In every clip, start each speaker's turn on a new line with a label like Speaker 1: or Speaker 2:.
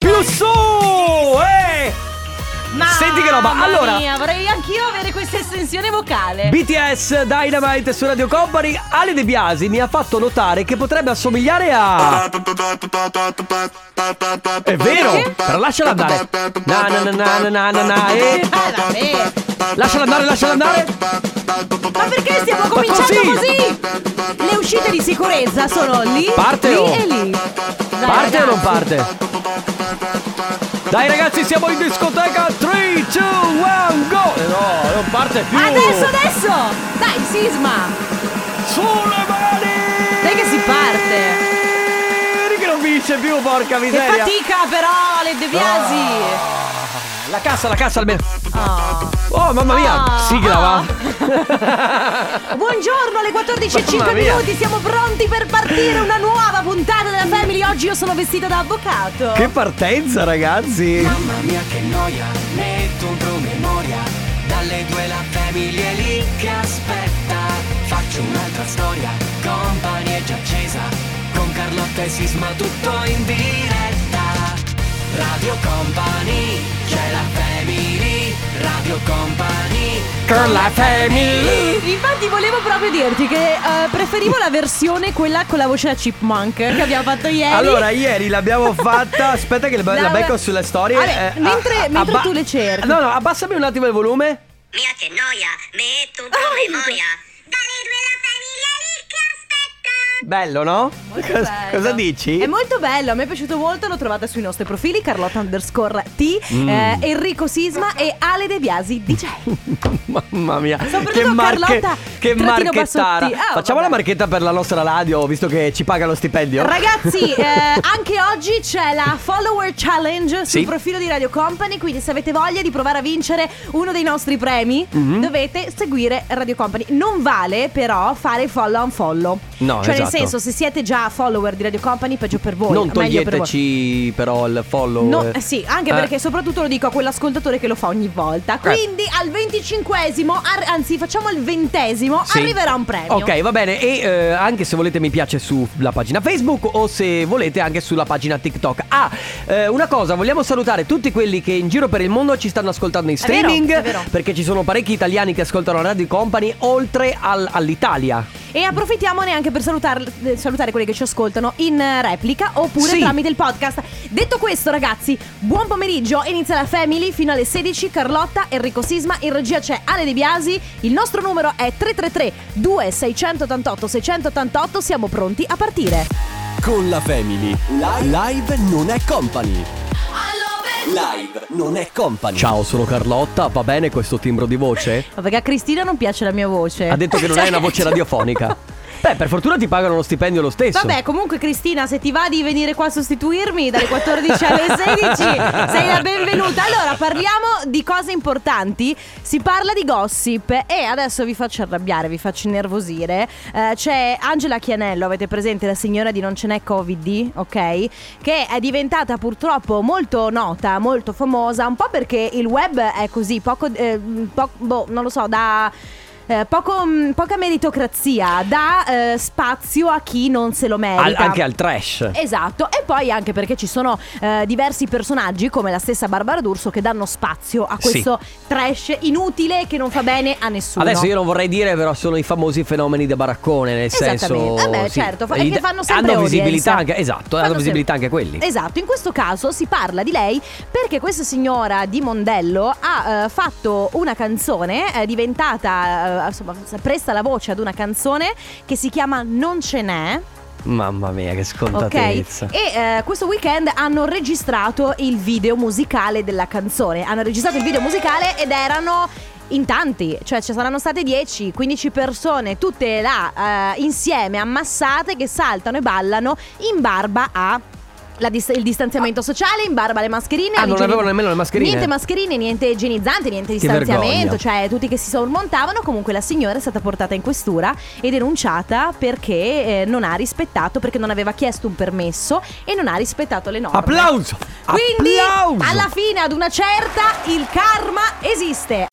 Speaker 1: su su! Eh!
Speaker 2: Ma
Speaker 1: Senti che roba.
Speaker 2: mamma
Speaker 1: Allora-
Speaker 2: mia, vorrei anch'io avere questa estensione vocale.
Speaker 1: BTS Dynamite su Radio Company. Ale De Biasi mi ha fatto notare che potrebbe assomigliare a. È vero! Però lasciala andare. Na na na na na na na. eh.
Speaker 2: Eh, vabbè.
Speaker 1: Lasciala andare, lasciala andare.
Speaker 2: Ma perché stiamo cominciando
Speaker 1: Così.
Speaker 2: così? Le uscite di sicurezza sono lì,
Speaker 1: Parte
Speaker 2: lì
Speaker 1: o-
Speaker 2: e lì. Dai,
Speaker 1: Parte o non
Speaker 2: ragazzi.
Speaker 1: parte? Dai ragazzi, siamo in discoteca. 3, 2, 1, go! Eh No, non parte più.
Speaker 2: Adesso, adesso! Dai, sisma!
Speaker 1: Sulle mani!
Speaker 2: Dai che si parte!
Speaker 1: Che non vince più, porca
Speaker 2: Che
Speaker 1: miseria.
Speaker 2: fatica però, le De Biasi!
Speaker 1: La cassa, la cassa almeno.
Speaker 2: Oh.
Speaker 1: Oh, mamma mia.
Speaker 2: Ah.
Speaker 1: Sigla, va.
Speaker 2: Buongiorno, alle 14.05
Speaker 1: Mamma mia.
Speaker 2: minuti, siamo pronti per partire una nuova puntata della Family. Oggi io sono vestita da avvocato.
Speaker 1: Che partenza, ragazzi!
Speaker 3: Mamma mia che noia, metto un promemoria Dalle due la famiglia è lì che aspetta Faccio un'altra storia, compagnie è già accesa Con Carlotta e Sisma tutto in diretta Radio Company, c'è la family Radio Company
Speaker 1: Con la family!
Speaker 2: Infatti volevo proprio dirti che eh, preferivo la versione quella con la voce da Chipmunk che abbiamo fatto ieri.
Speaker 1: Allora, ieri l'abbiamo fatta. Aspetta, che la, la
Speaker 2: Vabbè.
Speaker 1: becco sulle storie. eh,
Speaker 2: Vabbè, mentre- mentre tu le cerchi.
Speaker 1: No, no, abbassami un attimo il volume.
Speaker 4: Mia che noia, metto un
Speaker 2: Ah,
Speaker 4: promemoria. Dalle due la famiglia lì che aspetta.
Speaker 1: Bello, no?
Speaker 2: Molto
Speaker 1: Cos-
Speaker 2: bello.
Speaker 1: Cosa dici?
Speaker 2: È molto bello, a me è piaciuto molto, l'ho trovata sui nostri profili Carlotta underscore T,
Speaker 1: Mm.
Speaker 2: eh, Enrico Sisma e Ale De Biasi DJ.
Speaker 1: Mamma mia, che
Speaker 2: Soprattutto
Speaker 1: marche,
Speaker 2: Carlotta,
Speaker 1: che
Speaker 2: trattino
Speaker 1: marchettara.
Speaker 2: bassotti. Ah,
Speaker 1: Facciamo
Speaker 2: vabbè.
Speaker 1: la marchetta per la nostra radio, visto che ci paga lo stipendio.
Speaker 2: Ragazzi, eh, anche oggi c'è la follower challenge sul
Speaker 1: Sì.
Speaker 2: profilo di Radio Company, quindi se avete voglia di provare a vincere uno dei nostri premi,
Speaker 1: Mhm.
Speaker 2: dovete seguire Radio Company. Non vale però fare follow un follow.
Speaker 1: No,
Speaker 2: cioè nel
Speaker 1: esatto.
Speaker 2: senso, se siete già follower di Radio Company, peggio per voi.
Speaker 1: non
Speaker 2: meglio per voi.
Speaker 1: toglieteci, però, il follow.
Speaker 2: No,
Speaker 1: eh.
Speaker 2: eh sì, anche
Speaker 1: Eh.
Speaker 2: perché soprattutto lo dico a quell'ascoltatore che lo fa ogni volta. Quindi al venticinquesimo, ar- anzi facciamo al ventesimo,
Speaker 1: Sì.
Speaker 2: arriverà un premio.
Speaker 1: Ok, va bene. E eh, anche se volete mi piace sulla pagina Facebook o se volete anche sulla pagina TikTok. Ah, eh, una cosa, vogliamo salutare tutti quelli che in giro per il mondo ci stanno ascoltando in
Speaker 2: vero,
Speaker 1: streaming.
Speaker 2: è vero.
Speaker 1: Perché ci sono parecchi italiani che ascoltano Radio Company oltre al- all'Italia.
Speaker 2: E approfittiamone anche per salutar- eh, salutare quelli che ci ascoltano in eh, replica oppure
Speaker 1: Sì.
Speaker 2: tramite il podcast. Detto questo, ragazzi, buon pomeriggio. Inizia la Family fino alle 16. Carlotta, Enrico Sisma, in regia c'è Ale De Biasi. Il nostro numero è 333 2688 688. Siamo pronti a partire.
Speaker 5: Con la Family. Live non è company. Live non è company.
Speaker 1: Ciao, sono Carlotta. Va bene questo timbro di voce?
Speaker 2: Ma perché a Cristina non piace la mia voce?
Speaker 1: Ha detto che non hai una voce radiofonica. Beh, per fortuna ti pagano lo stipendio lo stesso.
Speaker 2: Vabbè, comunque Cristina, se ti va di venire qua a sostituirmi dalle 14 alle 16, sei la benvenuta. Allora, parliamo di cose importanti. Si parla di gossip e adesso vi faccio arrabbiare, vi faccio innervosire. Eh, c'è Angela Chianello, avete presente la signora di Non ce n'è Covid, ok? Che è diventata purtroppo molto nota, molto famosa, un po' perché il web è così, poco, eh, po- boh, non lo so, da... Eh, poco, mh, poca meritocrazia dà eh, spazio a chi non se lo
Speaker 1: Al-
Speaker 2: merita.
Speaker 1: anche al trash.
Speaker 2: Esatto, e poi anche perché ci sono eh, diversi personaggi come la stessa Barbara D'Urso che danno spazio a
Speaker 1: Sì.
Speaker 2: questo trash inutile che non fa bene a nessuno.
Speaker 1: Adesso io non vorrei dire, però sono i famosi fenomeni da baraccone, nel
Speaker 2: Esattamente.
Speaker 1: senso.
Speaker 2: Eh beh,
Speaker 1: sì,
Speaker 2: certo, fa- e che
Speaker 1: i-
Speaker 2: fanno sempre
Speaker 1: Hanno
Speaker 2: audience.
Speaker 1: visibilità anche, esatto,
Speaker 2: Fanno
Speaker 1: hanno visibilità anche
Speaker 2: sempre-
Speaker 1: quelli.
Speaker 2: Esatto, in questo caso si parla di lei perché questa signora di Mondello ha eh, fatto una canzone, è diventata, eh, insomma, presta la voce ad una canzone che si chiama Non ce n'è.
Speaker 1: Mamma mia, che
Speaker 2: Ok, e
Speaker 1: scontatezza.
Speaker 2: eh, questo weekend hanno registrato il video musicale della canzone. Hanno registrato il video musicale ed erano in tanti, cioè ci saranno state 10, 15 persone, tutte là eh, insieme, ammassate, che saltano e ballano in barba a. la dis- il distanziamento sociale in barba alle mascherine
Speaker 1: Ah,
Speaker 2: alle
Speaker 1: non
Speaker 2: igieni-
Speaker 1: avevano nemmeno le mascherine?
Speaker 2: Niente mascherine, niente igienizzante, niente
Speaker 1: vergogna.
Speaker 2: distanziamento Cioè tutti che si sormontavano Comunque la signora è stata portata in questura e denunciata perché eh, non ha rispettato, perché non aveva chiesto un permesso e non ha rispettato le norme.
Speaker 1: Applauso!
Speaker 2: Quindi
Speaker 1: Applauso!
Speaker 2: alla fine, ad una certa, il karma esiste.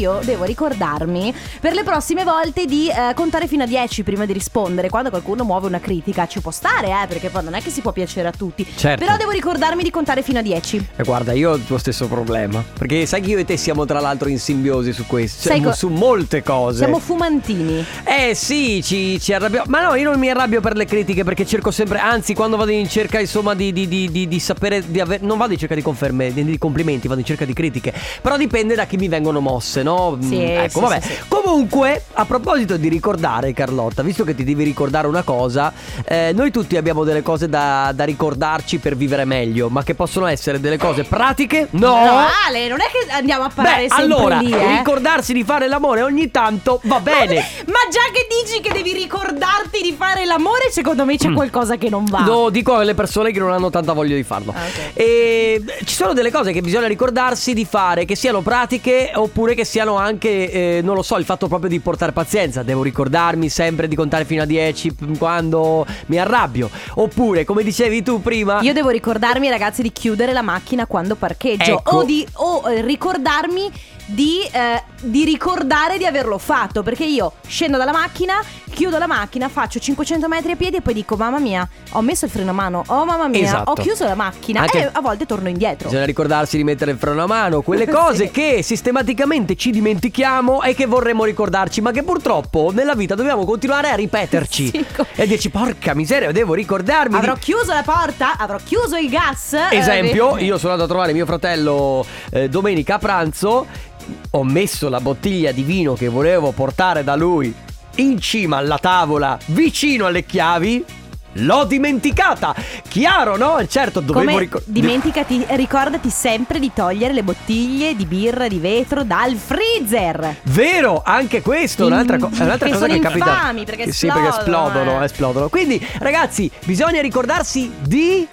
Speaker 2: Io devo ricordarmi per le prossime volte di eh, contare fino a 10 prima di rispondere. Quando qualcuno muove una critica ci può stare, eh, perché poi non è che si può piacere a tutti.
Speaker 1: Certo.
Speaker 2: Però devo ricordarmi di contare fino a 10.
Speaker 1: Eh, Guarda, io ho il tuo stesso problema. Perché sai che io e te siamo tra l'altro in simbiosi su questo. Cioè,
Speaker 2: Sai co-
Speaker 1: su molte cose.
Speaker 2: Siamo fumantini.
Speaker 1: Eh sì, ci, ci arrabbiamo. Ma no, io non mi arrabbio per le critiche perché cerco sempre. Anzi, quando vado in cerca, insomma, di, di- di- di- di sapere. Di aver- non vado in cerca di conferme, di, di complimenti, vado in cerca di critiche. Però dipende da chi mi vengono mosse, no?
Speaker 2: Sì,
Speaker 1: Mm, ecco,
Speaker 2: sì,
Speaker 1: vabbè.
Speaker 2: sì, sì.
Speaker 1: Comunque, a proposito di ricordare, Carlotta, visto che ti devi ricordare una cosa, eh, noi tutti abbiamo delle cose da, da ricordarci per vivere meglio, ma che possono essere delle cose pratiche? No!
Speaker 2: Ale, non è che andiamo a parlare
Speaker 1: Beh,
Speaker 2: ah, sempre
Speaker 1: allora,
Speaker 2: lì, eh.
Speaker 1: ricordarsi di fare l'amore ogni tanto va bene.
Speaker 2: Ma già che dici che devi ricordarti di fare l'amore, secondo me c'è
Speaker 1: Mm.
Speaker 2: qualcosa che non va.
Speaker 1: Lo dico alle persone che non hanno tanta voglia di farlo.
Speaker 2: Ah, ok.
Speaker 1: E beh, ci sono delle cose che bisogna ricordarsi di fare, che siano pratiche oppure che siano anche, eh, non lo so, il fatto proprio di portare pazienza. Devo ricordarmi sempre di contare fino a 10 p- quando mi arrabbio. Oppure, come dicevi tu prima,
Speaker 2: Io devo ricordarmi, ragazzi, di chiudere la macchina quando parcheggio.
Speaker 1: Ecco.
Speaker 2: O, di, o, eh, ricordarmi di, eh, di ricordare di averlo fatto. Perché io scendo dalla macchina, chiudo la macchina, faccio 500 metri a piedi e poi dico: Mamma mia, ho messo il freno a mano. Oh, mamma mia,
Speaker 1: Esatto.
Speaker 2: ho chiuso la macchina.
Speaker 1: Anche-
Speaker 2: E a volte torno indietro.
Speaker 1: bisogna ricordarsi di mettere il freno a mano, quelle cose
Speaker 2: Sì.
Speaker 1: che sistematicamente ci dimentichiamo e che vorremmo ricordarci, ma che purtroppo nella vita dobbiamo continuare a ripeterci.
Speaker 2: Sì, co-
Speaker 1: E dici, porca miseria, devo ricordarmi. di-
Speaker 2: Avrò chiuso la porta? Avrò chiuso il gas? Eh,
Speaker 1: Esempio,
Speaker 2: beh.
Speaker 1: io sono andato a trovare mio fratello eh, domenica a pranzo, ho messo la bottiglia di vino che volevo portare da lui in cima alla tavola, vicino alle chiavi. L'ho dimenticata! Chiaro, no? Certo, dovevo
Speaker 2: Come
Speaker 1: ricordare.
Speaker 2: dimenticati, ricordati sempre di togliere le bottiglie di birra di vetro dal freezer.
Speaker 1: Vero, anche questo è un'altra, co- è un'tra
Speaker 2: Che
Speaker 1: cosa
Speaker 2: sono
Speaker 1: che capita.
Speaker 2: infami, perché
Speaker 1: sì, perché
Speaker 2: esplodono,
Speaker 1: esplodono,
Speaker 2: eh.
Speaker 1: esplodono. Quindi, ragazzi, bisogna ricordarsi di.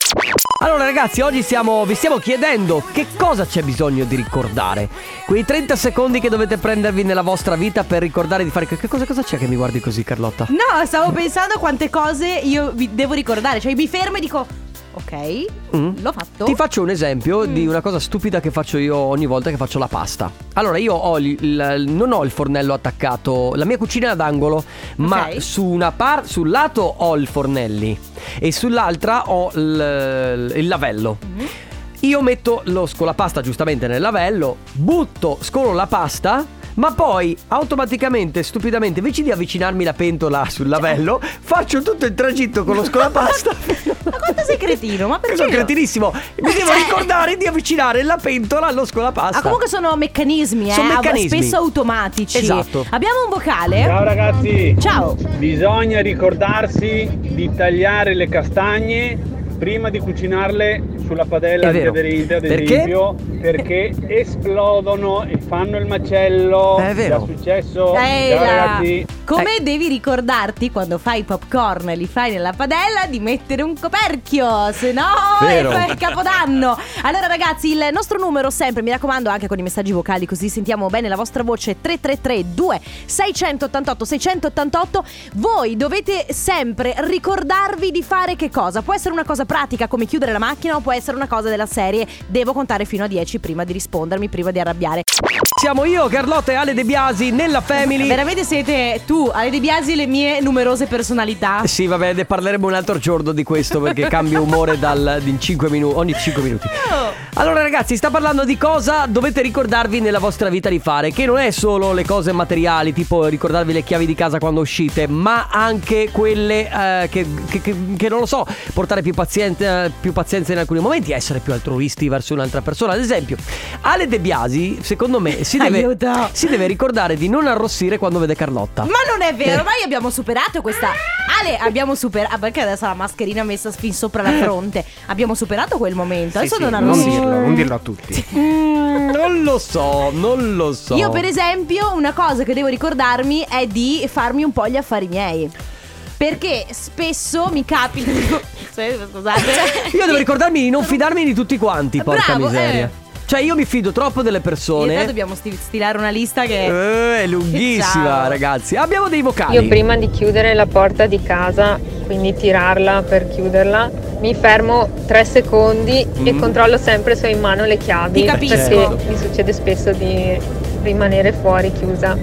Speaker 1: Allora, ragazzi, oggi stiamo- vi stiamo chiedendo che cosa c'è bisogno di ricordare. Quei 30 secondi che dovete prendervi nella vostra vita per ricordare di fare. Che cosa, cosa c'è che mi guardi così, Carlotta?
Speaker 2: No, stavo pensando a quante cose io vi devo ricordare. Cioè, mi fermo e dico: Ok,
Speaker 1: Mm.
Speaker 2: l'ho fatto. Ah,
Speaker 1: Ti faccio un esempio
Speaker 2: Mm.
Speaker 1: di una cosa stupida che faccio io ogni volta che faccio la pasta. Allora, io ho il- il- non ho il fornello attaccato, la mia cucina è ad angolo, ma
Speaker 2: Ok.
Speaker 1: su una par- sul lato ho il fornelli e sull'altra ho il- il lavello.
Speaker 2: Mm-hmm.
Speaker 1: Io metto lo scolapasta giustamente nel lavello, butto, scolo la pasta, ma poi automaticamente, stupidamente, invece di avvicinarmi la pentola sul lavello, faccio tutto il tragitto con lo scolapasta.
Speaker 2: Cioè Ma quanto sei cretino? Ma perché?
Speaker 1: Sono
Speaker 2: no?
Speaker 1: cretinissimo. Mi devo
Speaker 2: Cioè-
Speaker 1: ricordare di avvicinare la pentola allo scolapasta.
Speaker 2: Ah, comunque sono meccanismi, eh,
Speaker 1: Sono
Speaker 2: ab-
Speaker 1: meccanismi.
Speaker 2: spesso automatici.
Speaker 1: Esatto.
Speaker 2: Abbiamo un vocale.
Speaker 6: Ciao ragazzi,
Speaker 2: Ciao.
Speaker 6: bisogna ricordarsi di tagliare le castagne prima di cucinarle sulla padella
Speaker 1: È vero.
Speaker 6: antiaderente ad
Speaker 1: Perché?
Speaker 6: esempio perché esplodono e fanno il macello.
Speaker 1: È vero.
Speaker 6: È successo.
Speaker 2: Eh,
Speaker 6: Ciao
Speaker 2: là.
Speaker 6: ragazzi. Eh.
Speaker 2: Come devi ricordarti quando fai i popcorn e li fai nella padella di mettere un coperchio, se no è
Speaker 1: Vero.
Speaker 2: il capodanno. Allora ragazzi, il nostro numero sempre, mi raccomando anche con i messaggi vocali così sentiamo bene la vostra voce 333 2688 688. Voi dovete sempre ricordarvi di fare che cosa? Può essere una cosa pratica come chiudere la macchina o può essere una cosa della serie devo contare fino a 10 prima di rispondermi, prima di arrabbiare.
Speaker 1: Siamo io, Carlotta e Ale De Biasi nella Family.
Speaker 2: Veramente siete tu, Ale De Biasi, le mie numerose personalità.
Speaker 1: Eh, Ah, Sì, vabbè, ne parleremo un altro giorno di questo perché cambio umore dal, in 5 minu- ogni 5 minuti.
Speaker 2: Oh,
Speaker 1: Allora, ragazzi, sta parlando di cosa dovete ricordarvi nella vostra vita di fare, che non è solo le cose materiali, tipo ricordarvi le chiavi di casa quando uscite, ma anche quelle eh, che, che- che- che non lo so, portare più, paziente- più pazienza in alcuni momenti, essere più altruisti verso un'altra persona. Ad esempio, Ale De Biasi, secondo me, si deve,
Speaker 2: Aiuto.
Speaker 1: si deve ricordare di non arrossire quando vede Carlotta.
Speaker 2: Ma non è vero, ormai abbiamo superato questa. Ale, abbiamo superato. Ah, perché adesso la mascherina messa fin sopra la fronte? Abbiamo superato quel momento. Adesso non
Speaker 7: non
Speaker 2: arrossire.
Speaker 7: dirlo, non dirlo a tutti.
Speaker 1: Mm, non lo so, non lo so.
Speaker 2: Io, per esempio, una cosa che devo ricordarmi è di farmi un po' gli affari miei. Perché spesso mi capita. Scusate.
Speaker 1: Io devo ricordarmi di non fidarmi di tutti quanti, porca
Speaker 2: Bravo,
Speaker 1: miseria.
Speaker 2: eh.
Speaker 1: Cioè, io mi fido troppo delle
Speaker 2: In realtà
Speaker 1: persone.
Speaker 2: dobbiamo sti- stilare una lista che.
Speaker 1: Eh, è lunghissima,
Speaker 2: Ciao.
Speaker 1: ragazzi. Abbiamo dei vocali.
Speaker 8: Io prima di chiudere la porta di casa, quindi tirarla per chiuderla, mi fermo tre secondi e
Speaker 1: Mm.
Speaker 8: controllo sempre se ho in mano le chiavi.
Speaker 2: Ti capisco.
Speaker 8: Perché mi succede spesso di rimanere fuori chiusa.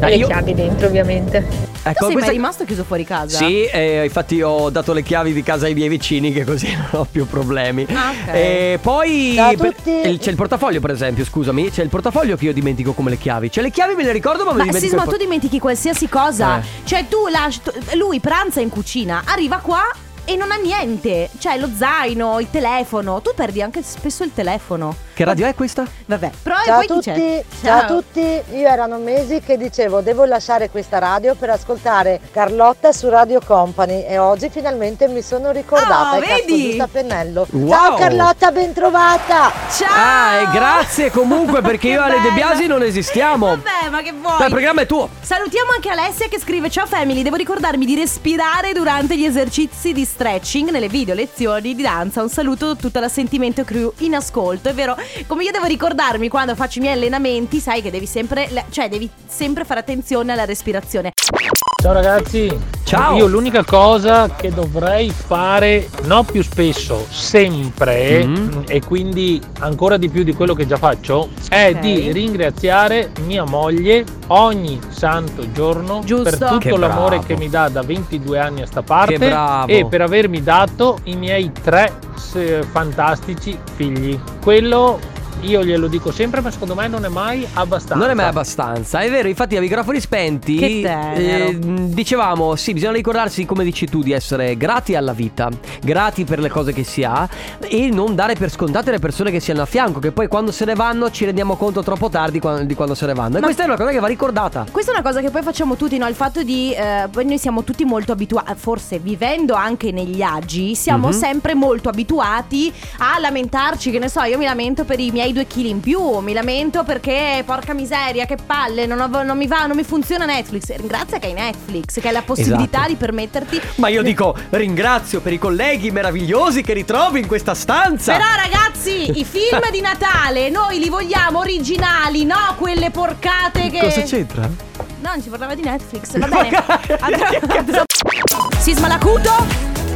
Speaker 1: Ah,
Speaker 8: E le
Speaker 1: io-
Speaker 8: chiavi dentro ovviamente.
Speaker 2: Tu
Speaker 1: Ecco,
Speaker 2: sei mai
Speaker 1: questa...
Speaker 2: rimasto chiuso fuori casa?
Speaker 1: Sì, eh, infatti ho dato le chiavi di casa ai miei vicini che così non ho più problemi.
Speaker 2: Ah, ok.
Speaker 1: E poi
Speaker 7: Ciao a
Speaker 1: per-
Speaker 7: tutti.
Speaker 1: il- c'è il portafoglio, per esempio, scusami, c'è il portafoglio che io dimentico come le chiavi. Cioè le chiavi me le ricordo, ma, me le
Speaker 2: Ma
Speaker 1: dimentico.
Speaker 2: Sisma,
Speaker 1: il
Speaker 2: tu
Speaker 1: por-
Speaker 2: dimentichi qualsiasi cosa.
Speaker 1: Eh.
Speaker 2: Cioè, tu lasci. tu- Lui pranza in cucina, arriva qua e non ha niente. Cioè, lo zaino, il telefono. Tu perdi anche spesso il telefono.
Speaker 1: Che radio è questa?
Speaker 2: Vabbè, però
Speaker 7: Ciao a
Speaker 2: Ah, poi chi
Speaker 7: tutti,
Speaker 2: c'è?
Speaker 7: ciao. a tutti, io erano mesi che dicevo devo lasciare questa radio per ascoltare Carlotta su Radio Company e oggi finalmente mi sono ricordata
Speaker 2: Ah,
Speaker 7: e cazzo
Speaker 2: vedi?
Speaker 7: giusto a pennello.
Speaker 1: Wow.
Speaker 7: Ciao Carlotta, bentrovata!
Speaker 2: Ciao!
Speaker 1: Ah, e grazie comunque perché
Speaker 2: Che
Speaker 1: io e Ale De
Speaker 2: bello. Eh,
Speaker 1: Biasi non esistiamo.
Speaker 2: Vabbè, ma che vuoi?
Speaker 1: Dai, il programma è tuo.
Speaker 2: Salutiamo anche Alessia che scrive Ciao Family, devo ricordarmi di respirare durante gli esercizi di stretching nelle video lezioni di danza. Un saluto a tutta la Sentimento Crew in ascolto, è vero? Come io devo ricordarmi quando faccio i miei allenamenti, sai che devi sempre cioè devi sempre fare attenzione alla respirazione.
Speaker 9: Ciao ragazzi,
Speaker 1: Ciao.
Speaker 9: Io l'unica cosa che dovrei fare, non più spesso, sempre,
Speaker 1: Mm.
Speaker 9: e quindi ancora di più di quello che già faccio, è
Speaker 2: Ok.
Speaker 9: di ringraziare mia moglie ogni santo giorno
Speaker 2: Giusto.
Speaker 9: per tutto
Speaker 1: Che
Speaker 9: l'amore
Speaker 1: bravo.
Speaker 9: che mi dà da 22 anni a sta parte
Speaker 1: Che bravo.
Speaker 9: e per avermi dato i miei tre eh, fantastici figli. Quello io glielo dico sempre, ma secondo me non è mai abbastanza.
Speaker 1: Non è mai abbastanza, è vero, infatti a microfoni spenti
Speaker 2: Che tenero.
Speaker 1: eh, dicevamo, sì, bisogna ricordarsi come dici tu di essere grati alla vita, grati per le cose che si ha e non dare per scontate le persone che si hanno a fianco, che poi quando se ne vanno ci rendiamo conto troppo tardi qua- di quando se ne vanno. E
Speaker 2: Ma-
Speaker 1: questa è una cosa che va ricordata.
Speaker 2: Questa è una cosa che poi facciamo tutti, no? Il fatto di. eh, poi noi siamo tutti molto abituati, forse vivendo anche negli agi, siamo
Speaker 1: Mhm.
Speaker 2: sempre molto abituati a lamentarci. Che ne so, io mi lamento per i miei due chili in più, mi lamento perché, porca miseria, che palle, non, ho- non mi va, non mi funziona Netflix. Ringrazia che hai Netflix, che hai la possibilità
Speaker 1: Esatto.
Speaker 2: di permetterti.
Speaker 1: Ma io dico ringrazio per i colleghi meravigliosi che ritrovi in questa stanza.
Speaker 2: Però ragazzi, i film di Natale noi li vogliamo originali, no quelle porcate che.
Speaker 1: Cosa c'entra?
Speaker 2: No, non si parlava di Netflix. Va bene. Andrà- Sisma l'acuto.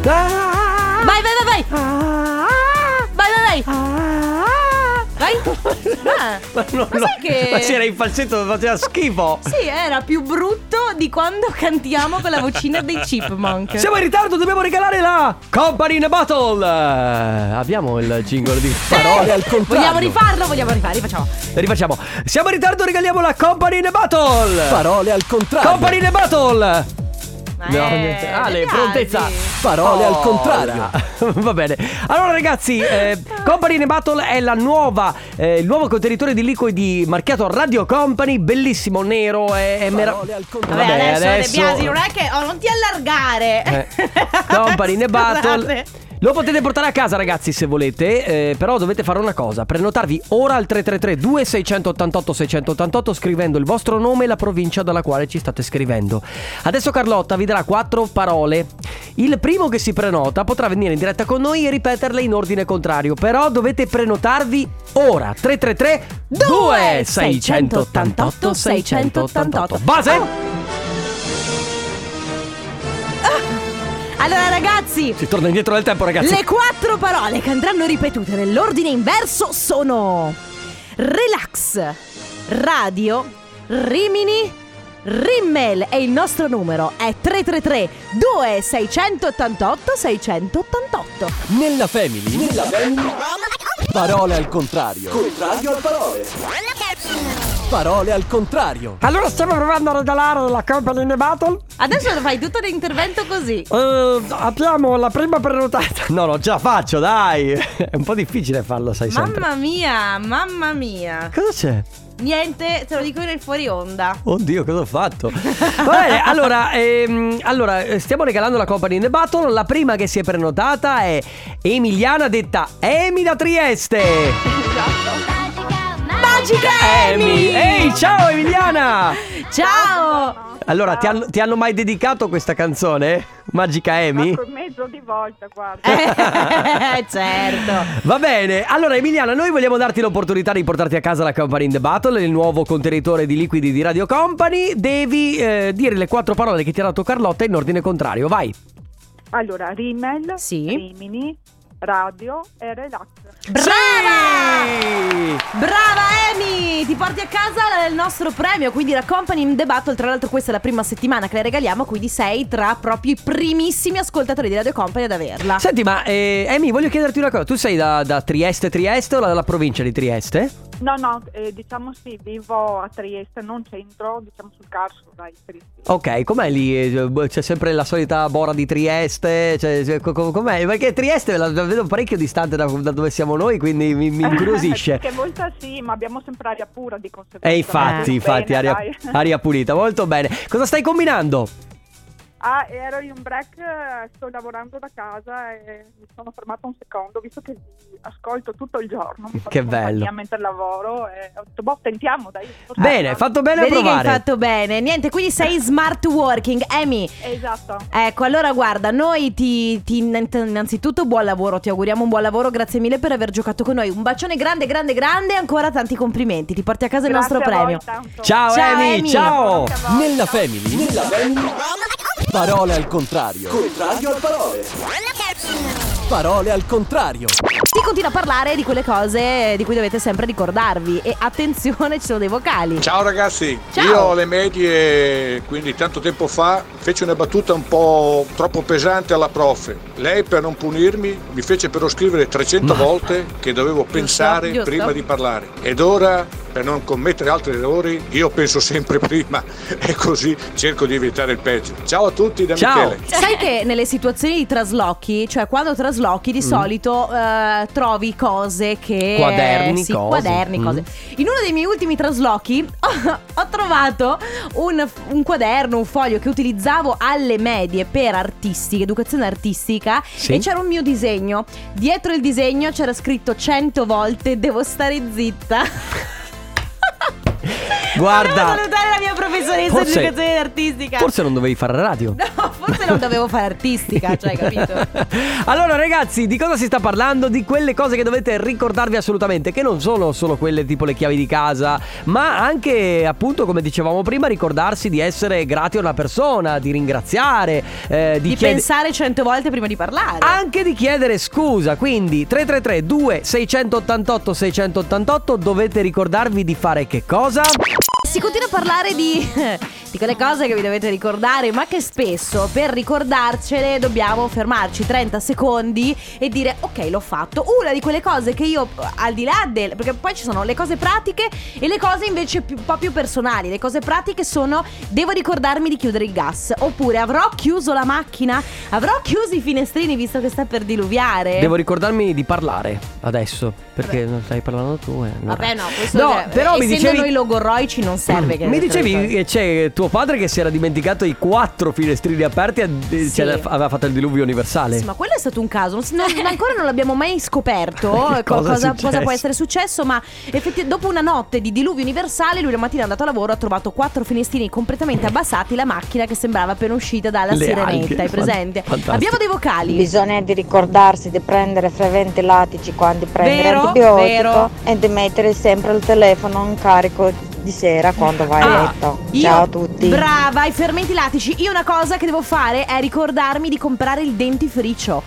Speaker 1: Ah.
Speaker 2: Vai, vai, vai, vai. Vai, vai, vai. Vai. Ah.
Speaker 1: Ma, non
Speaker 2: Ma
Speaker 1: lo-
Speaker 2: sai che-
Speaker 1: ma c'era in falsetto, faceva schifo.
Speaker 2: Sì, era più brutto di quando cantiamo con la vocina dei Eh, Chipmunk.
Speaker 1: Siamo in ritardo, dobbiamo regalare la Company in a Bottle. Eh, abbiamo il jingle di parole al contrario.
Speaker 2: Vogliamo rifarlo? Vogliamo rifarlo? Facciamo.
Speaker 1: Rifacciamo. Siamo in ritardo, regaliamo la Company in a Bottle.
Speaker 5: Parole al contrario.
Speaker 1: Company in a Bottle. No,
Speaker 2: Eh,
Speaker 1: niente. Ale,
Speaker 2: dai.
Speaker 1: prontezza. Oh,
Speaker 5: Parole al contrario.
Speaker 1: Va bene. Allora, ragazzi, eh, Company in a Battle è la nuova, eh, il nuovo contenitore di liquidi marchiato Radio Company. Bellissimo, nero. È, è merav-
Speaker 5: Parole al contrario.
Speaker 2: Vabbè,
Speaker 1: Vabbè,
Speaker 2: adesso,
Speaker 1: adesso-
Speaker 2: De Biasi, non è che. Oh, non ti allargare.
Speaker 1: Eh, Company in a Battle.
Speaker 2: Scusate.
Speaker 1: Lo potete portare a casa ragazzi se volete, eh, però dovete fare una cosa, prenotarvi ora al 333 2688 688 scrivendo il vostro nome e la provincia dalla quale ci state scrivendo. Adesso Carlotta vi darà quattro parole. Il primo che si prenota potrà venire in diretta con noi e ripeterle in ordine contrario, però dovete prenotarvi ora 333 2688 688. Base!
Speaker 2: Allora, ragazzi,
Speaker 1: Si torna indietro nel tempo ragazzi.
Speaker 2: Le quattro parole che andranno ripetute nell'ordine inverso sono relax, radio, rimini, rimmel e il nostro numero è 333 2688 688.
Speaker 5: Nella family. Nella family. Parole al contrario. Contrario al parole. Parole al contrario.
Speaker 1: Allora stiamo provando a regalare la Company in a Battle?
Speaker 2: Adesso fai tutto l'intervento così.
Speaker 1: Eh, abbiamo la prima prenotata. No, non ce la faccio, dai. È un po' difficile farlo, sai sempre.
Speaker 2: Mamma mia, mamma mia.
Speaker 1: Cosa c'è?
Speaker 2: Niente, te lo dico nel fuori onda.
Speaker 1: Oddio, cosa ho fatto? Va bene, allora, ehm, allora, eh, stiamo regalando la Company in the Battle. La prima che si è prenotata è Emiliana detta Emi da Trieste.
Speaker 2: Magica Amy!
Speaker 1: Emi! Ehi, ciao Emiliana!
Speaker 2: Ciao!
Speaker 1: Allora, ti hanno, ti hanno mai dedicato questa canzone? Magica Emi?
Speaker 10: mezzo di volta, guarda.
Speaker 2: Eh, certo.
Speaker 1: Va bene, allora Emiliana, noi vogliamo darti l'opportunità di portarti a casa la Company in the Battle, il nuovo contenitore di liquidi di Radio Company. Devi eh, dire le quattro parole che ti ha dato Carlotta in ordine contrario, vai.
Speaker 10: Allora, Rimmel,
Speaker 2: Sì.
Speaker 10: Rimini, radio e relax.
Speaker 2: Brava!
Speaker 1: Sì!
Speaker 2: Brava Amy! Ti porti porti a casa il nostro premio, quindi la Company in the Battle. Tra l'altro, questa è la prima settimana che la regaliamo, quindi sei tra proprio i primissimi ascoltatori di Radio Company ad averla.
Speaker 1: Senti, ma eh, Amy, voglio chiederti una cosa. Tu sei da, da Trieste, Trieste o dalla provincia di Trieste?
Speaker 10: No, no, eh, diciamo sì, vivo a Trieste, non centro, diciamo sul Carso, dai, Trieste.
Speaker 1: Ok, com'è lì? Eh, C'è sempre la solita bora di Trieste? Cioè, cioè, co- co- com'è? Perché Trieste la la vedo parecchio distante da, da dove siamo noi, quindi mi, mi incuriosisce.
Speaker 10: Che volta sì, ma abbiamo sempre aria pura di conseguenza.
Speaker 1: E infatti,
Speaker 10: Bene,
Speaker 1: infatti, aria,
Speaker 10: dai.
Speaker 1: aria pulita, molto bene. Cosa stai combinando?
Speaker 10: Ah, ero in un break, eh, sto lavorando da casa e mi sono fermata un secondo, visto che vi ascolto tutto il giorno. Mi faccio
Speaker 1: Che bello.
Speaker 10: compagnia Mentre lavoro e ho detto, boh, tentiamo, dai. forse
Speaker 1: Bene,
Speaker 10: va".
Speaker 1: fatto bene a
Speaker 2: Ah, Vedi che hai
Speaker 1: provare.
Speaker 2: fatto bene. Niente, quindi sei smart working. Amy,
Speaker 10: Esatto.
Speaker 2: Ecco, allora guarda, noi ti, ti- innanzitutto buon lavoro, ti auguriamo un buon lavoro, grazie mille per aver giocato con noi. Un bacione grande, grande, grande e ancora tanti complimenti. Ti porti a casa il
Speaker 10: Grazie
Speaker 2: nostro
Speaker 10: a voi,
Speaker 2: premio.
Speaker 10: tanto.
Speaker 1: Ciao,
Speaker 2: Ciao,
Speaker 1: Amy,
Speaker 2: Amy.
Speaker 1: ciao.
Speaker 10: Grazie a voi.
Speaker 5: Nella family. Nella family. Parole al contrario. Contrario al parole. Parole al contrario.
Speaker 2: Si continua a parlare di quelle cose di cui dovete sempre ricordarvi e attenzione, ci sono dei vocali.
Speaker 11: Ciao ragazzi,
Speaker 2: Ciao.
Speaker 11: Ah, io alle medie, quindi tanto tempo fa, feci una battuta un po' troppo pesante alla prof. Lei per non punirmi mi fece però scrivere 300 volte che dovevo pensare
Speaker 2: giusto.
Speaker 11: prima di parlare. Ed ora, per non commettere altri errori, io penso sempre prima e così cerco di evitare il peggio. Ciao a tutti da
Speaker 1: Ciao.
Speaker 11: Michele.
Speaker 2: Sai che nelle situazioni di traslochi, cioè quando traslochi
Speaker 1: Mm.
Speaker 2: di solito eh, trovi cose che...
Speaker 1: Quaderni,
Speaker 2: sì,
Speaker 1: cose.
Speaker 2: quaderni,
Speaker 1: Mm.
Speaker 2: cose. In uno dei miei ultimi traslochi ho, trovato un, un quaderno, un foglio che utilizzavo alle medie per artistica, educazione artistica
Speaker 1: Sì.
Speaker 2: e c'era un mio disegno. Dietro il disegno c'era scritto 100 volte devo stare zitta. Volevo
Speaker 1: Guarda,
Speaker 2: salutare la mia professoressa
Speaker 1: Forse-
Speaker 2: di educazione artistica.
Speaker 1: forse non dovevi fare radio.
Speaker 2: No, forse non dovevo fare artistica, cioè, capito?
Speaker 1: allora ragazzi, di cosa si sta parlando? Di quelle cose che dovete ricordarvi assolutamente, che non sono solo quelle tipo le chiavi di casa, ma anche appunto come dicevamo prima ricordarsi di essere grati a una persona, di ringraziare, eh, di,
Speaker 2: Di
Speaker 1: chied-
Speaker 2: pensare cento volte prima di parlare.
Speaker 1: Anche di chiedere scusa, quindi 333 2688 688 dovete ricordarvi di fare che cosa?
Speaker 2: Si continua a parlare di, di quelle cose che vi dovete ricordare, ma che spesso per ricordarcele dobbiamo fermarci 30 secondi e dire ok l'ho fatto. Una di quelle cose che io al di là del... perché poi ci sono le cose pratiche e le cose invece più- un po' più personali. Le cose pratiche sono devo ricordarmi di chiudere il gas oppure avrò chiuso la macchina, avrò chiuso i finestrini visto che sta per diluviare.
Speaker 1: Devo ricordarmi di parlare adesso, perché non stai parlando tu. eh, allora.
Speaker 2: Vabbè no, questo
Speaker 1: No,
Speaker 2: è-
Speaker 1: però mi
Speaker 2: essendo
Speaker 1: dicevi-
Speaker 2: noi logorroici non serve che
Speaker 1: Mm. Mi dicevi che c'è tuo padre che si era dimenticato i quattro finestrini aperti, e eh,
Speaker 2: Sì.
Speaker 1: cioè, aveva fatto il diluvio universale.
Speaker 2: Sì, ma quello è stato un caso. non si- non- ancora non l'abbiamo mai scoperto
Speaker 1: Cosa
Speaker 2: co- cosa,
Speaker 1: successo?
Speaker 2: cosa può essere successo. Ma effettivamente, dopo una notte di diluvio universale, lui la mattina è andato a lavoro. Ha trovato quattro finestrini completamente abbassati. La macchina che sembrava appena uscita
Speaker 1: Le
Speaker 2: dalla
Speaker 1: alghe,
Speaker 2: sirenetta. Hai
Speaker 1: fan-
Speaker 2: presente?
Speaker 1: fantastico.
Speaker 2: Abbiamo dei vocali.
Speaker 12: Bisogna di ricordarsi di prendere frequenti latici quando prendere
Speaker 2: Vero,
Speaker 12: antibiotico
Speaker 2: vero.
Speaker 12: e di mettere sempre il telefono in carico di sera quando vai
Speaker 1: Ah,
Speaker 12: a letto.
Speaker 2: io-
Speaker 12: Ciao a tutti.
Speaker 2: Brava, i fermenti lattici. Io una cosa che devo fare è ricordarmi di comprare il dentifricio.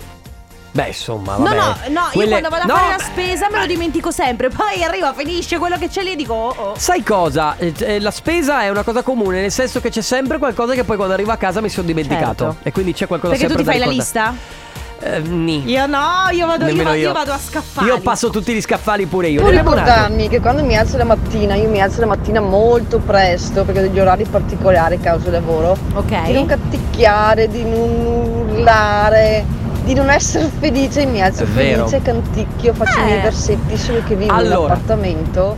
Speaker 1: Beh, insomma,
Speaker 2: No,
Speaker 1: Ah, vabbè.
Speaker 2: no, no,
Speaker 1: Quelle-
Speaker 2: io quando vado a
Speaker 1: No,
Speaker 2: fare la
Speaker 1: beh,
Speaker 2: spesa me lo dimentico sempre. Poi arriva, finisce quello che c'è lì e dico, oh, oh.
Speaker 1: Sai cosa? Eh, eh, La spesa è una cosa comune, nel senso che c'è sempre qualcosa che poi quando arrivo a casa mi sono dimenticato.
Speaker 2: Certo.
Speaker 1: E quindi c'è qualcosa
Speaker 2: Perché tu ti
Speaker 1: sempre
Speaker 2: fai la
Speaker 1: da
Speaker 2: lista?
Speaker 1: ricordare. Eh, ni.
Speaker 2: Io no, io vado, io
Speaker 1: Nemmeno
Speaker 2: vado, io
Speaker 1: io.
Speaker 2: vado a scaffali.
Speaker 1: Io passo tutti gli scaffali pure io.
Speaker 13: Devo
Speaker 1: Ne abbiamo un altro?
Speaker 13: ricordarmi che quando mi alzo la mattina, io mi alzo la mattina molto presto perché ho degli orari particolari a causa del lavoro, di non
Speaker 2: Ok.
Speaker 13: catticchiare, di non urlare, di non essere felice, mi alzo
Speaker 1: È vero.
Speaker 13: felice, canticchio, faccio
Speaker 2: Eh.
Speaker 13: i miei versetti, solo che vivo in un
Speaker 1: Allora.
Speaker 13: appartamento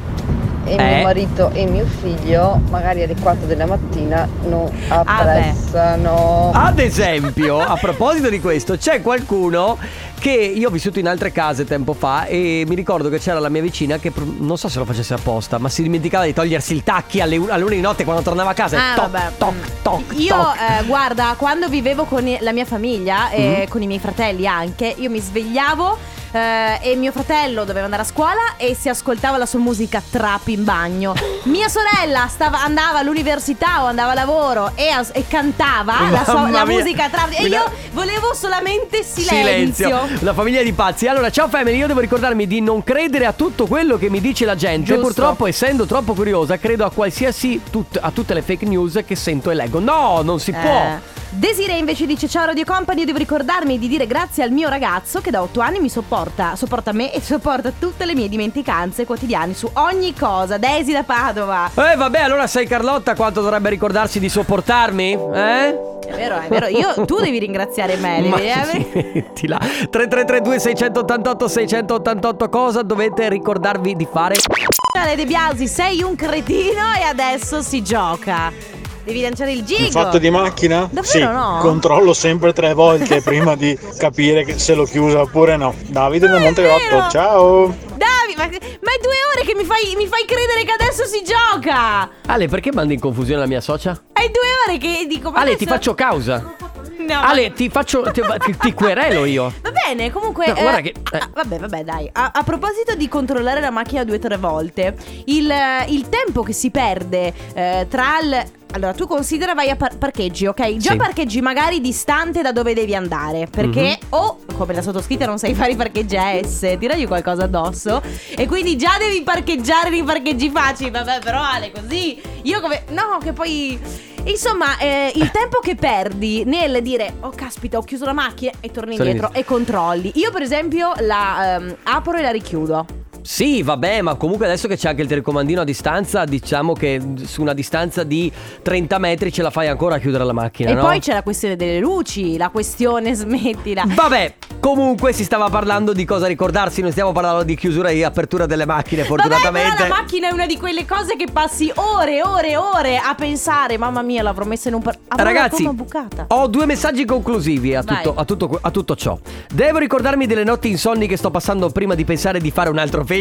Speaker 13: e
Speaker 1: Eh.
Speaker 13: mio marito e mio figlio magari alle 4 della mattina non
Speaker 2: Ah, beh. Ah,
Speaker 13: apprezzano.
Speaker 1: Ad esempio, a proposito di questo, c'è qualcuno che io ho vissuto in altre case tempo fa e mi ricordo che c'era la mia vicina che pr- non so se lo facesse apposta, ma si dimenticava di togliersi il tacchi alle, un- all'una di notte quando tornava a casa.
Speaker 2: Ah,
Speaker 1: e toc,
Speaker 2: vabbè.
Speaker 1: toc, toc,
Speaker 2: Io,
Speaker 1: toc.
Speaker 2: eh,
Speaker 1: Mm-hmm.
Speaker 2: guarda, quando vivevo con i- la mia famiglia, e con i miei fratelli anche, io mi svegliavo. eh, e mio fratello doveva andare a scuola e si ascoltava la sua musica trap in bagno. Mia sorella stava- andava all'università o andava a lavoro e, as- e cantava la, sua-
Speaker 1: Mamma
Speaker 2: la
Speaker 1: mia.
Speaker 2: musica trap e
Speaker 1: Una-
Speaker 2: io volevo solamente silenzio.
Speaker 1: La famiglia di pazzi. Allora, ciao family, io devo ricordarmi di non credere a tutto quello che mi dice la gente.
Speaker 2: Giusto.
Speaker 1: Purtroppo, essendo troppo curiosa, credo a qualsiasi tut- a tutte le fake news che sento e leggo. No, non si può.
Speaker 2: Eh. Desiree invece dice ciao Radio Company, io devo ricordarmi di dire grazie al mio ragazzo che da 8 anni mi sopporta, sopporta me e sopporta tutte le mie dimenticanze quotidiane su ogni cosa. Desi da Padova.
Speaker 1: Eh vabbè, allora sai Carlotta quanto dovrebbe ricordarsi di sopportarmi? Eh?
Speaker 2: È vero, è vero. Io, tu devi ringraziare me.
Speaker 1: Ma
Speaker 2: Devi, eh,
Speaker 1: smettila. 3332 688 688 cosa dovete ricordarvi di fare?
Speaker 2: Ale De Biasi, sei un cretino e adesso si gioca. Devi lanciare il
Speaker 14: In
Speaker 2: gig.
Speaker 14: fatto di macchina?
Speaker 2: Davvero
Speaker 14: sì,
Speaker 2: no?
Speaker 14: controllo sempre tre volte prima di capire che- se l'ho chiusa oppure no. Davide da Montegrotto,
Speaker 2: vero?
Speaker 14: ciao!
Speaker 2: Davi, ma, ma è due ore che mi fai, mi fai credere che adesso si gioca.
Speaker 1: Ale, perché mandi in confusione la mia socia?
Speaker 2: È due ore che dico... Ma
Speaker 1: Ale, ti
Speaker 2: adesso-
Speaker 1: faccio causa.
Speaker 2: No, ma-
Speaker 1: Ale, ti faccio. Ti, ti- ti querelo io.
Speaker 2: Va bene, comunque.
Speaker 1: No, guarda che- eh.
Speaker 2: ah, ah, vabbè, vabbè, dai. A, a proposito di controllare la macchina due o tre volte, il, eh, il tempo che si perde eh, tra il. Allora, tu considera vai a par- parcheggi, ok? Già
Speaker 15: Sì.
Speaker 2: parcheggi magari distante da dove devi andare. Perché
Speaker 15: Mhm.
Speaker 2: o, come la sottoscritta, non sai fare i parcheggi AS, tiragli qualcosa addosso. E quindi già devi parcheggiare nei parcheggi facili. Vabbè, però Ale, così. Io come. No, che poi. Insomma, eh, il tempo che perdi nel dire, oh caspita, ho chiuso la macchina e torni
Speaker 1: Torni
Speaker 2: indietro e controlli. Io, per esempio, la ehm, apro e la richiudo.
Speaker 1: Sì, vabbè, ma comunque adesso che c'è anche il telecomandino a distanza, diciamo che su una distanza di 30 metri ce la fai ancora a chiudere la macchina,
Speaker 2: e
Speaker 1: no?
Speaker 2: poi c'è la questione delle luci, la questione smettila.
Speaker 1: Vabbè, comunque si stava parlando di cosa ricordarsi, non stiamo parlando di chiusura e apertura delle macchine, fortunatamente.
Speaker 2: Vabbè, però la macchina è una di quelle cose che passi ore, ore, ore a pensare, mamma mia, l'avrò messa in un par- avrò la
Speaker 1: Ragazzi,
Speaker 2: gomma bucata.
Speaker 1: ho due messaggi conclusivi a
Speaker 2: Vai.
Speaker 1: tutto, a tutto- a tutto ciò. Devo ricordarmi delle notti insonni che sto passando prima di pensare di fare un altro figlio?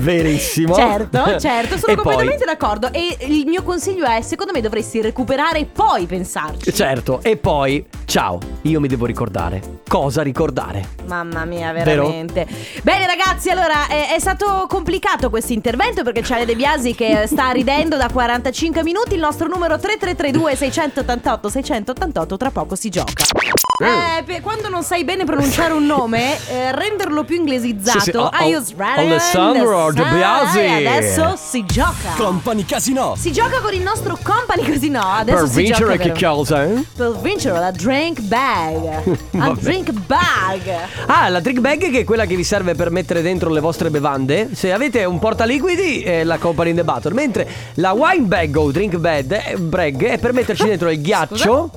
Speaker 1: Verissimo.
Speaker 2: Certo, certo, sono
Speaker 1: E poi-
Speaker 2: completamente d'accordo. E il mio consiglio è: secondo me dovresti recuperare e poi pensarci.
Speaker 1: Certo, e poi, ciao, io mi devo ricordare. Cosa ricordare?
Speaker 2: Mamma mia,
Speaker 1: Vero?
Speaker 2: veramente. Bene, ragazzi, allora è, è stato complicato questo intervento perché c'è Ale De Biasi che sta ridendo da 45 minuti. Il nostro numero 3332 688 688 tra poco si gioca. Eh, per- quando non sai bene pronunciare un nome, eh, renderlo più inglesizzato.
Speaker 5: Sì, sì, oh,
Speaker 2: Ah, io
Speaker 5: oh,
Speaker 2: sbaglio.
Speaker 5: Alessandro De Biasi.
Speaker 2: E Adesso si gioca.
Speaker 5: Company Casino.
Speaker 2: si gioca con il nostro company così no, adesso
Speaker 1: per
Speaker 2: si
Speaker 1: vincere
Speaker 2: gioca,
Speaker 1: che
Speaker 2: vero?
Speaker 1: cosa, eh?
Speaker 2: Per vincere la drink bag. La
Speaker 1: Vabbè.
Speaker 2: drink bag.
Speaker 1: Ah, la drink bag che è quella che vi serve per mettere dentro le vostre bevande. Se avete un portaliquidi è la company in the bottle, mentre la wine bag o drink bed, eh, brag è per metterci dentro il ghiaccio.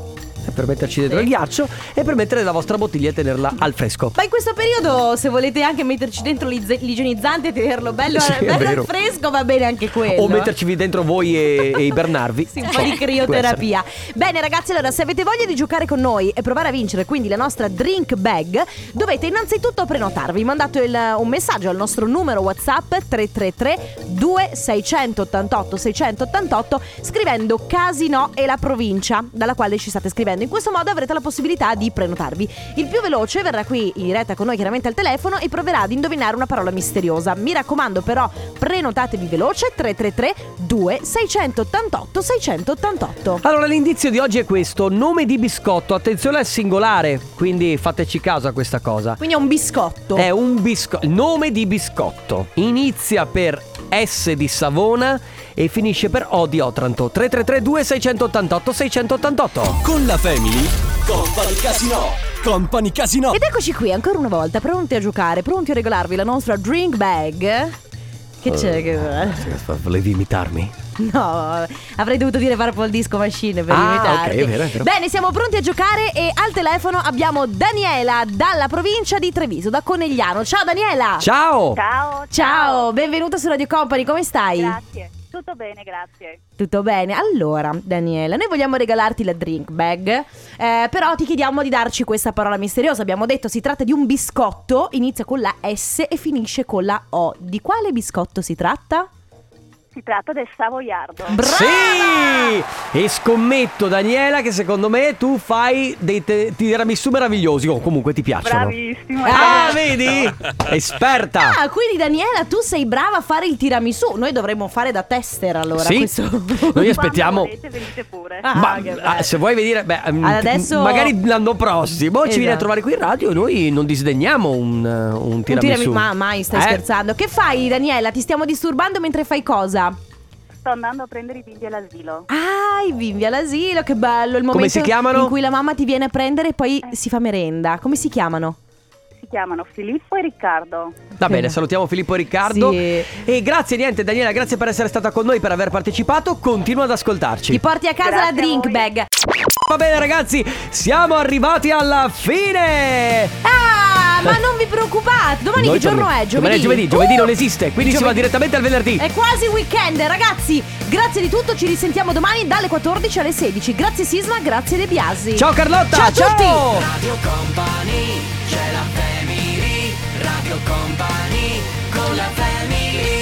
Speaker 1: È per metterci dentro il ghiaccio e per mettere la vostra bottiglia e tenerla al fresco.
Speaker 2: Ma in questo periodo, se volete anche metterci dentro l'ige- l'igienizzante e tenerlo bello,
Speaker 1: Sì, è
Speaker 2: bello
Speaker 1: vero.
Speaker 2: fresco, va bene anche quello. eh.
Speaker 1: O mettercivi dentro voi e, e ibernarvi.
Speaker 2: Sì, un po' di crioterapia. Bene ragazzi, allora se avete voglia di giocare con noi e provare a vincere quindi la nostra drink bag, dovete innanzitutto prenotarvi. Mandate il- un messaggio al nostro numero WhatsApp 333 2688 688 scrivendo Casino e la provincia dalla quale ci state scrivendo. In questo modo avrete la possibilità di prenotarvi. Il più veloce verrà qui in diretta con noi chiaramente al telefono e proverà ad indovinare una parola misteriosa. Mi raccomando però, prenotatevi veloce 333 2688 688.
Speaker 1: Allora l'indizio di oggi è questo, nome di biscotto, attenzione al singolare, quindi fateci caso a questa cosa.
Speaker 2: Quindi è un biscotto.
Speaker 1: È un biscotto, nome di biscotto, inizia per S di Savona e finisce per O di Otranto. 3332 688 688.
Speaker 5: Con la family. Company Casino. Company
Speaker 1: oh.
Speaker 5: Casino.
Speaker 2: Ed eccoci qui ancora una volta, pronti a giocare, pronti a regalarvi la nostra drink bag. Che c'è? Eh, Che...
Speaker 1: Volevi imitarmi?
Speaker 2: No, avrei dovuto dire Purple Disco Machine per
Speaker 1: Ah,
Speaker 2: imitarti.
Speaker 1: ok, è vero, è vero.
Speaker 2: Bene, siamo pronti a giocare e al telefono abbiamo Daniela dalla provincia di Treviso, da Conegliano. Ciao Daniela!
Speaker 1: Ciao!
Speaker 2: Ciao! benvenuta su Radio Company, come stai?
Speaker 15: Grazie, tutto bene, grazie.
Speaker 2: Tutto bene, allora Daniela, noi vogliamo regalarti la drink bag, eh, però ti chiediamo di darci questa parola misteriosa. Abbiamo detto si tratta di un biscotto, inizia con la S e finisce con la O. Di quale biscotto si tratta?
Speaker 15: Si tratta del Savoiardo.
Speaker 1: Sì! E scommetto, Daniela, che secondo me tu fai dei te- tiramisù meravigliosi. O comunque ti piacciono.
Speaker 15: Bravissimo.
Speaker 1: Ah, vedi? Esperta!
Speaker 2: Ah, quindi Daniela, tu sei brava a fare il tiramisù. Noi dovremmo fare da tester allora.
Speaker 1: sì,
Speaker 2: questo-
Speaker 1: noi aspettiamo.
Speaker 15: venite pure.
Speaker 2: Ah,
Speaker 1: Ma
Speaker 2: che bello.
Speaker 1: ah, se vuoi venire, beh, mm,
Speaker 2: Adesso-
Speaker 1: magari l'anno prossimo ci vieni a
Speaker 2: Esatto.
Speaker 1: trovare qui in radio e noi non disdegniamo un, eh, un
Speaker 2: Un
Speaker 1: tiramisù.
Speaker 2: tirami- Ma mai, stai
Speaker 1: Eh?
Speaker 2: scherzando. Che fai, Daniela? Ti stiamo disturbando mentre fai cosa?
Speaker 15: Sto andando a prendere i bimbi all'asilo.
Speaker 2: Ah, i bimbi all'asilo, che bello. Il momento
Speaker 1: si chiamano?
Speaker 2: in cui la mamma ti viene a prendere e poi si fa merenda. Come si chiamano?
Speaker 15: Si chiamano Filippo e Riccardo.
Speaker 1: Va bene, salutiamo Filippo e Riccardo.
Speaker 2: Sì.
Speaker 1: E grazie, niente, Daniela, grazie per essere stata con noi, per aver partecipato. Continua ad ascoltarci.
Speaker 2: Ti porti a casa la drink bag.
Speaker 1: Va bene, ragazzi, siamo arrivati alla fine.
Speaker 2: Ah, ma non vi preoccupate. Domani
Speaker 1: Noi
Speaker 2: che giorno
Speaker 1: torniamo-
Speaker 2: è? Giovedì.
Speaker 1: Giovedì, giovedì
Speaker 2: Uh!
Speaker 1: non esiste, quindi si va direttamente al venerdì.
Speaker 2: È quasi weekend, ragazzi. Grazie di tutto, ci risentiamo domani dalle 14 alle 16. Grazie Sisma, grazie De Biasi.
Speaker 1: Ciao Carlotta,
Speaker 2: ciao a tutti.
Speaker 3: Radio Company, c'è la family, Radio Company, con la family.